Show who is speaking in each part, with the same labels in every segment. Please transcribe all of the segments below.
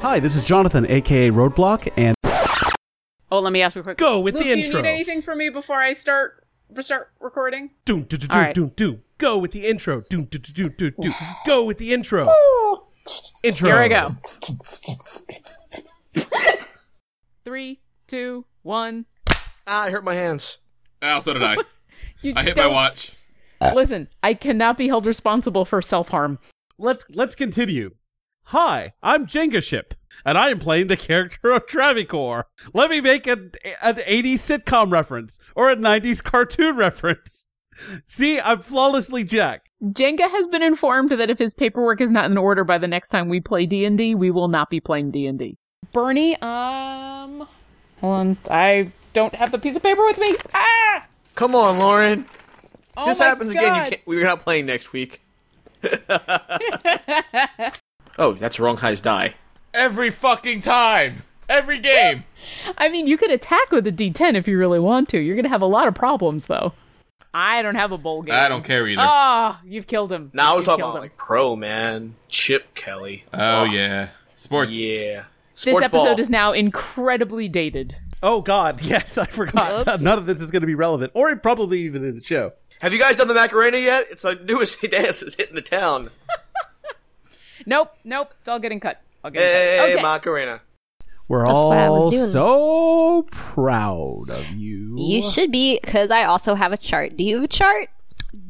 Speaker 1: Hi, this is Jonathan, aka Roadblock, and
Speaker 2: Oh, let me ask real quick.
Speaker 3: Go with
Speaker 2: Luke,
Speaker 3: the
Speaker 2: Do you
Speaker 3: intro.
Speaker 2: need anything from me before I start start recording?
Speaker 3: Doom, doom, doom,
Speaker 2: All right.
Speaker 3: doom, doom. Go with the intro. Doom, doom, doom, doom, doom, doom. Go with the intro. intro.
Speaker 2: Here I go. Three, two, one.
Speaker 4: Ah, I hurt my hands.
Speaker 5: Ah, so did I.
Speaker 2: You
Speaker 5: I hit my
Speaker 2: don't-
Speaker 5: watch.
Speaker 2: Listen, I cannot be held responsible for self harm.
Speaker 3: Let's let's continue. Hi, I'm Jenga Ship, and I am playing the character of Travicore. Let me make an an 80s sitcom reference or a 90s cartoon reference. See, I'm flawlessly Jack.
Speaker 2: Jenga has been informed that if his paperwork is not in order by the next time we play D and D, we will not be playing D and D. Bernie, um, hold on, I don't have the piece of paper with me. Ah,
Speaker 4: Come on, Lauren.
Speaker 2: oh
Speaker 4: this
Speaker 2: my
Speaker 4: happens again.
Speaker 2: God.
Speaker 4: You can't, we're not playing next week. oh, that's wrong highs die.
Speaker 5: Every fucking time. Every game.
Speaker 2: I mean, you could attack with a D10 if you really want to. You're gonna have a lot of problems though. I don't have a bowl game.
Speaker 5: I don't care either.
Speaker 2: Ah, you've killed him.
Speaker 4: Now I was
Speaker 2: You've
Speaker 4: talking
Speaker 2: killed
Speaker 4: about
Speaker 2: him.
Speaker 4: like pro man, Chip Kelly.
Speaker 5: oh, yeah. Sports.
Speaker 4: Yeah.
Speaker 2: This
Speaker 4: Sports
Speaker 2: episode
Speaker 4: ball.
Speaker 2: is now incredibly dated.
Speaker 3: Oh God, yes, I forgot.
Speaker 2: Oops.
Speaker 3: None of this is going to be relevant, or probably even in the show.
Speaker 4: Have you guys done the Macarena yet? It's the newest dance. It's hitting the town.
Speaker 2: Nope, nope, it's all getting cut. I'll get
Speaker 4: Hey,
Speaker 2: it. Okay.
Speaker 4: Macarena.
Speaker 1: we're
Speaker 6: That's what I was
Speaker 1: all
Speaker 6: doing.
Speaker 1: so proud of you.
Speaker 6: You should be, because I also have a chart. Do you have a chart?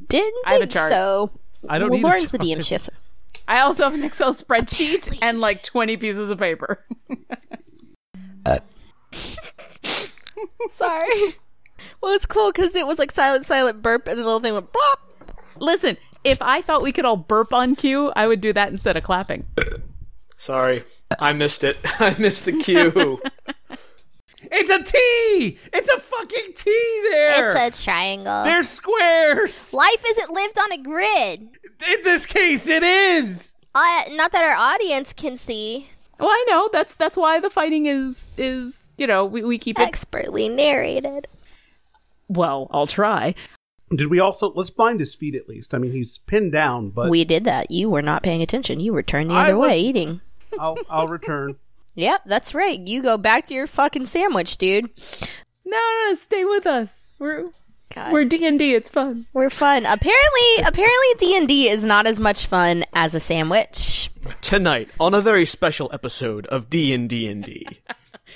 Speaker 6: Didn't
Speaker 2: I have a
Speaker 6: think
Speaker 2: chart.
Speaker 6: so.
Speaker 3: I don't
Speaker 6: well,
Speaker 3: need a
Speaker 6: Lauren's
Speaker 3: chart.
Speaker 6: the DM shift.
Speaker 2: I also have an Excel spreadsheet and like 20 pieces of paper.
Speaker 6: Sorry. Well, it's cool because it was like silent, silent burp, and the little thing went blop.
Speaker 2: Listen, if I thought we could all burp on cue, I would do that instead of clapping.
Speaker 4: Sorry, I missed it. I missed the cue.
Speaker 3: It's a T. It's a fucking T. There.
Speaker 6: It's a triangle.
Speaker 3: They're squares.
Speaker 6: Life isn't lived on a grid.
Speaker 3: In this case, it is.
Speaker 6: Uh, not that our audience can see.
Speaker 2: Well, I know that's that's why the fighting is is you know we, we keep it.
Speaker 6: Expertly narrated.
Speaker 2: Well, I'll try.
Speaker 3: Did we also let's bind his feet at least? I mean, he's pinned down, but
Speaker 6: we did that. You were not paying attention. You were turned the
Speaker 3: I
Speaker 6: other
Speaker 3: was-
Speaker 6: way eating.
Speaker 3: I'll I'll return.
Speaker 6: Yep, that's right. You go back to your fucking sandwich, dude.
Speaker 2: No, no, no, stay with us. We're
Speaker 6: God.
Speaker 2: we're D and D. It's fun.
Speaker 6: We're fun. Apparently, apparently D and D is not as much fun as a sandwich.
Speaker 4: Tonight, on a very special episode of D and D and D.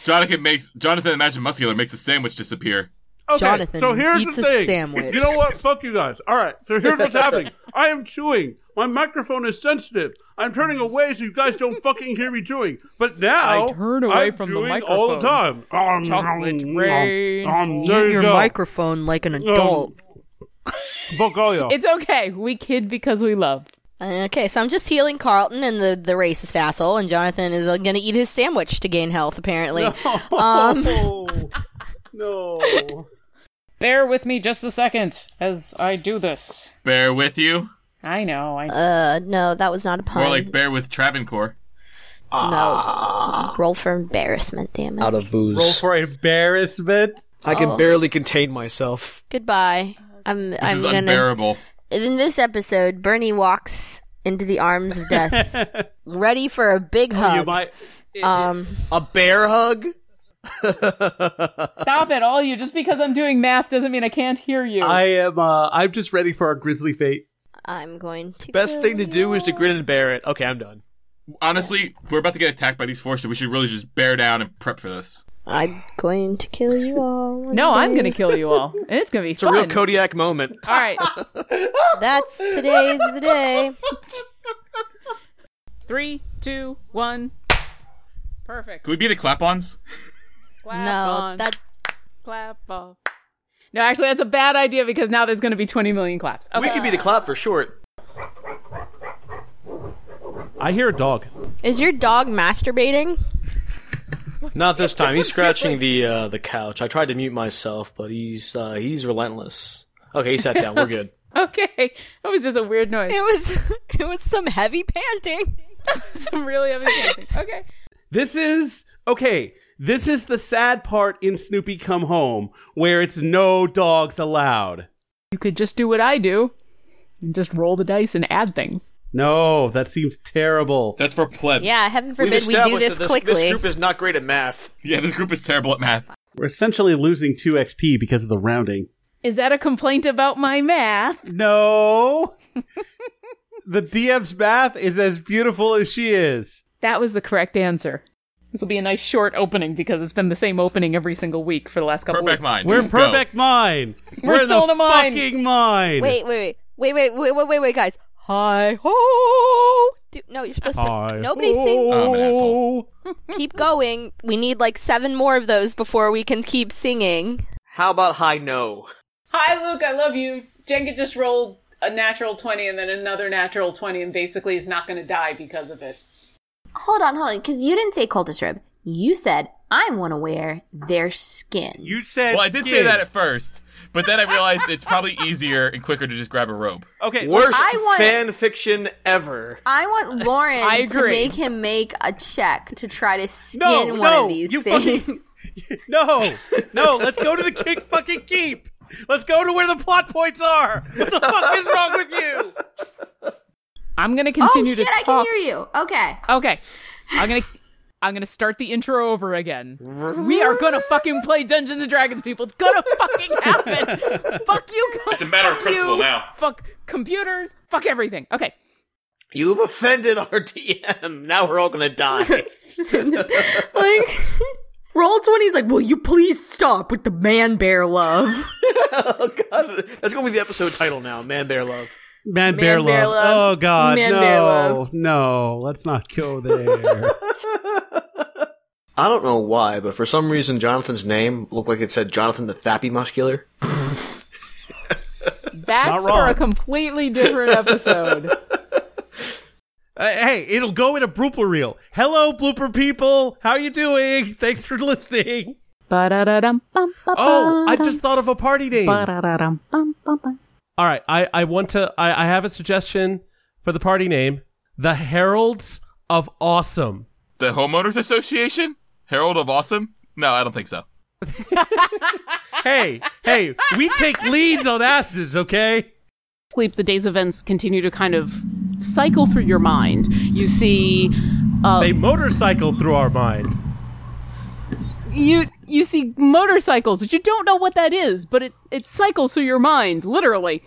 Speaker 5: Jonathan makes Jonathan Imagine Muscular makes a sandwich disappear.
Speaker 3: Okay,
Speaker 6: Jonathan
Speaker 3: so here's
Speaker 6: eats
Speaker 3: the
Speaker 6: a
Speaker 3: thing.
Speaker 6: sandwich.
Speaker 3: You know what? Fuck you guys. All right, so here's what's happening. I am chewing. My microphone is sensitive. I'm turning away so you guys don't fucking hear me chewing. But now
Speaker 2: I turn away
Speaker 3: I'm
Speaker 2: from the
Speaker 3: chewing all the time. Um,
Speaker 2: Chocolate
Speaker 3: um,
Speaker 2: rain.
Speaker 3: Um,
Speaker 7: Mute
Speaker 3: there you
Speaker 7: your
Speaker 3: go. Um,
Speaker 7: microphone like an adult.
Speaker 3: Fuck all y'all.
Speaker 2: It's okay. We kid because we love.
Speaker 6: Okay, so I'm just healing Carlton and the, the racist asshole, and Jonathan is uh, gonna eat his sandwich to gain health. Apparently, um,
Speaker 3: Oh, no.
Speaker 2: Bear with me just a second as I do this.
Speaker 5: Bear with you.
Speaker 2: I know. I
Speaker 6: uh, no, that was not a
Speaker 5: More
Speaker 6: pun.
Speaker 5: like bear with Travancore.
Speaker 6: no, roll for embarrassment. Damn it.
Speaker 4: Out of booze.
Speaker 3: Roll for embarrassment.
Speaker 4: I can
Speaker 6: Oh.
Speaker 4: barely contain myself.
Speaker 6: Goodbye. I'm
Speaker 5: This
Speaker 6: I'm
Speaker 5: is
Speaker 6: gonna.
Speaker 5: unbearable.
Speaker 6: In this episode, Bernie walks into the arms of death, ready for a big hug.
Speaker 3: You might.
Speaker 6: um,
Speaker 4: A bear hug?
Speaker 2: stop it, all you. Just because I'm doing math doesn't mean I can't hear you.
Speaker 3: I am. Uh, I'm just ready for our grisly fate.
Speaker 6: I'm going to.
Speaker 4: Best
Speaker 6: kill
Speaker 4: thing to do
Speaker 6: you.
Speaker 4: is to grin and bear it. Okay, I'm done.
Speaker 5: Honestly, we're about to get attacked by these forces. We should really just bear down and prep for this.
Speaker 6: I'm going to kill you all. one
Speaker 2: no, I'm
Speaker 6: day.
Speaker 2: gonna kill you all, and it's gonna be
Speaker 4: It's a
Speaker 2: fun.
Speaker 4: real Kodiak moment.
Speaker 2: all right,
Speaker 6: That's today's the day.
Speaker 2: three, two, one. Perfect.
Speaker 5: Could we be the clap-ons?
Speaker 2: Clap
Speaker 6: no,
Speaker 2: on.
Speaker 6: that
Speaker 2: clap off. No, actually, that's a bad idea because now there's going to be 20 million claps. Okay.
Speaker 4: We could be the clap for short.
Speaker 3: I hear a dog.
Speaker 6: is your dog masturbating.
Speaker 4: Not this time. He's scratching the uh, the couch. I tried to mute myself, but he's uh, he's relentless. Okay, he sat down. We're good.
Speaker 2: okay. That was just a weird noise.
Speaker 6: It was it was some heavy panting.
Speaker 2: Some really heavy panting. Okay.
Speaker 3: This is okay. This is the sad part in Snoopy Come Home where it's no dogs allowed.
Speaker 2: You could just do what I do and just roll the dice and add things.
Speaker 3: No, that seems terrible.
Speaker 5: That's for plebs.
Speaker 6: Yeah, heaven
Speaker 4: We've
Speaker 6: forbid we do
Speaker 4: established
Speaker 6: this
Speaker 4: that
Speaker 6: quickly.
Speaker 4: This group is not great at math.
Speaker 5: Yeah, this group is terrible at math.
Speaker 3: We're essentially losing 2 XP because of the rounding.
Speaker 2: Is that a complaint about my math?
Speaker 3: No. the DM's math is as beautiful as she is.
Speaker 2: That was the correct answer. This will be a nice short opening because it's been the same opening every single week for the last couple
Speaker 5: Perfect
Speaker 2: weeks.
Speaker 5: mind.
Speaker 3: We're in
Speaker 5: Go.
Speaker 3: perfect mine.
Speaker 2: We're
Speaker 3: in
Speaker 2: still
Speaker 3: the
Speaker 2: in a mine.
Speaker 3: fucking mine.
Speaker 6: Wait, wait, wait, wait, wait, wait, wait, wait, guys. Hi ho! Do- No, you're supposed
Speaker 3: Hi,
Speaker 6: to. Nobody sing.
Speaker 3: Oh.
Speaker 5: I'm an asshole.
Speaker 6: Keep going. We need like seven more of those before we can keep singing.
Speaker 4: How about high no?
Speaker 2: Hi, Luke. I love you. Jenga just rolled a natural 20 and then another natural 20 and basically is not going to die because of it.
Speaker 8: Hold on, hold on, because you didn't say cultist rib. You said I want to wear their skin.
Speaker 3: You said
Speaker 5: Well, I did say
Speaker 3: skin.
Speaker 5: that at first, but then I realized it's probably easier and quicker to just grab a rope.
Speaker 3: Okay.
Speaker 4: Worst
Speaker 8: I want-
Speaker 4: fan fiction ever.
Speaker 8: I want Lauren
Speaker 2: I
Speaker 8: to
Speaker 2: agree.
Speaker 8: make him make a check to try to skin
Speaker 3: No,
Speaker 8: one
Speaker 3: no,
Speaker 8: of these
Speaker 3: you
Speaker 8: things.
Speaker 3: fucking- No, no. Let's go to the kick fucking keep. Let's go to where the plot points are. What the fuck is wrong with you?
Speaker 2: I'm going to
Speaker 8: oh
Speaker 2: continue
Speaker 8: shit,
Speaker 2: to
Speaker 8: I can
Speaker 2: talk.
Speaker 8: hear you. Okay.
Speaker 2: Okay. I'm going to I'm going to start the intro over again. We are going to fucking play Dungeons and Dragons people. It's going to fucking happen. Fuck you. It's
Speaker 5: a matter of principle now.
Speaker 2: Fuck computers. Fuck everything. Okay.
Speaker 4: You've offended our DM. Now we're all gonna die.
Speaker 7: like, roll 20 is like, will you please stop with the man bear love?
Speaker 4: oh god, that's gonna be the episode title now. Man, bear, love.
Speaker 3: Man,
Speaker 7: bear love. love.
Speaker 3: Oh God,
Speaker 7: Man
Speaker 3: no,
Speaker 7: bear love.
Speaker 3: no. Let's not go there.
Speaker 4: I don't know why, but for some reason, Jonathan's name looked like it said Jonathan the Thappy Muscular.
Speaker 2: That's for
Speaker 3: wrong.
Speaker 2: a completely different episode.
Speaker 3: Uh, hey, it'll go in a blooper reel. Hello, blooper people. How you doing? Thanks for listening. Oh, I just thought of a party name. All right, I, I want to. I, I have a suggestion for the party name: the Heralds of Awesome.
Speaker 5: The homeowners association, Herald of Awesome. No, I don't think so.
Speaker 3: Hey, hey, we take leads on asses, okay?
Speaker 2: sleep, the day's events continue to kind of cycle through your mind. You see, uh,
Speaker 3: They motorcycle through our mind.
Speaker 2: you you see motorcycles that you don't know what that is, but it it cycles through your mind, literally.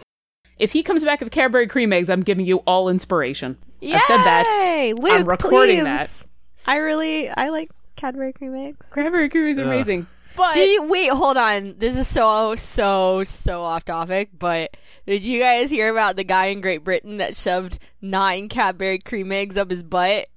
Speaker 2: If he comes back with Cadbury cream eggs, I'm giving you all inspiration. I've said that.
Speaker 6: Hey, Luke,
Speaker 2: I'm recording
Speaker 6: please.
Speaker 2: that.
Speaker 6: I really, I like Cadbury cream eggs.
Speaker 2: Cadbury cream is amazing. But
Speaker 6: Did you wait? Hold on. This is so so so off topic, but did you guys hear about the guy in Great Britain that shoved nine Cadbury cream eggs up his butt?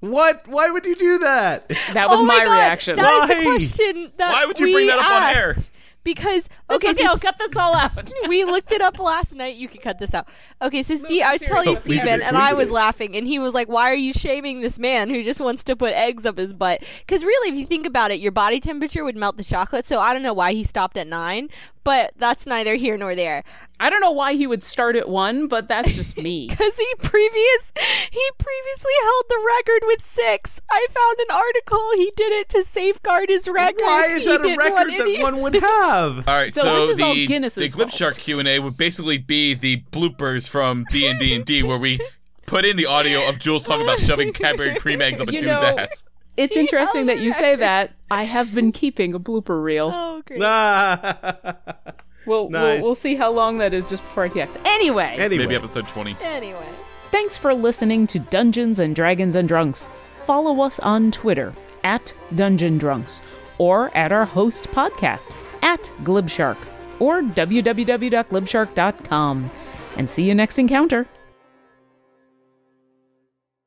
Speaker 3: What? Why would you do that?
Speaker 2: that was
Speaker 6: oh
Speaker 2: my,
Speaker 6: my, God,
Speaker 2: reaction.
Speaker 6: That is
Speaker 3: Why?
Speaker 6: the question. That
Speaker 5: Why would you
Speaker 6: we
Speaker 5: bring that up on
Speaker 6: asked.
Speaker 5: air?
Speaker 6: Because
Speaker 2: It's
Speaker 6: okay,
Speaker 2: okay,
Speaker 6: so
Speaker 2: I'll cut this all out.
Speaker 6: we looked it up last night. You can cut this out. Okay, so see, I was telling
Speaker 3: Leave it,
Speaker 6: Steven, and
Speaker 3: leave
Speaker 6: I
Speaker 3: it.
Speaker 6: was laughing, and he was like, "Why are you shaming this man who just wants to put eggs up his butt?" Because really, if you think about it, your body temperature would melt the chocolate. So I don't know why he stopped at nine, but that's neither here nor there.
Speaker 2: I don't know why he would start at one, but that's just me.
Speaker 6: Because he previous he previously held the record with six. I found an article he did it to safeguard his record.
Speaker 3: Why is
Speaker 6: He
Speaker 3: that a
Speaker 6: didn't want
Speaker 3: record
Speaker 6: any-
Speaker 3: that one would have?
Speaker 5: All right,
Speaker 2: So
Speaker 5: so,
Speaker 2: this is
Speaker 5: the,
Speaker 2: all Guinness's
Speaker 5: the
Speaker 2: fault.
Speaker 5: Glip Shark Q and A would basically be the bloopers from D and D and D, where we put in the audio of Jules talking about shoving Cadbury cream eggs up a
Speaker 2: You
Speaker 5: dude's
Speaker 2: know-
Speaker 5: ass.
Speaker 2: It's interesting that you say that. I have been keeping a blooper reel.
Speaker 6: Oh, great.
Speaker 3: Ah.
Speaker 2: We'll,
Speaker 3: Nice.
Speaker 2: we'll we'll see how long that is just before I text. Anyway,
Speaker 3: anyway,
Speaker 5: Maybe episode twenty.
Speaker 6: Anyway,
Speaker 2: thanks for listening to Dungeons and Dragons and Drunks. Follow us on Twitter at Dungeon Drunks or at our host podcast at Glibshark or www.glibshark.com. And see you next encounter.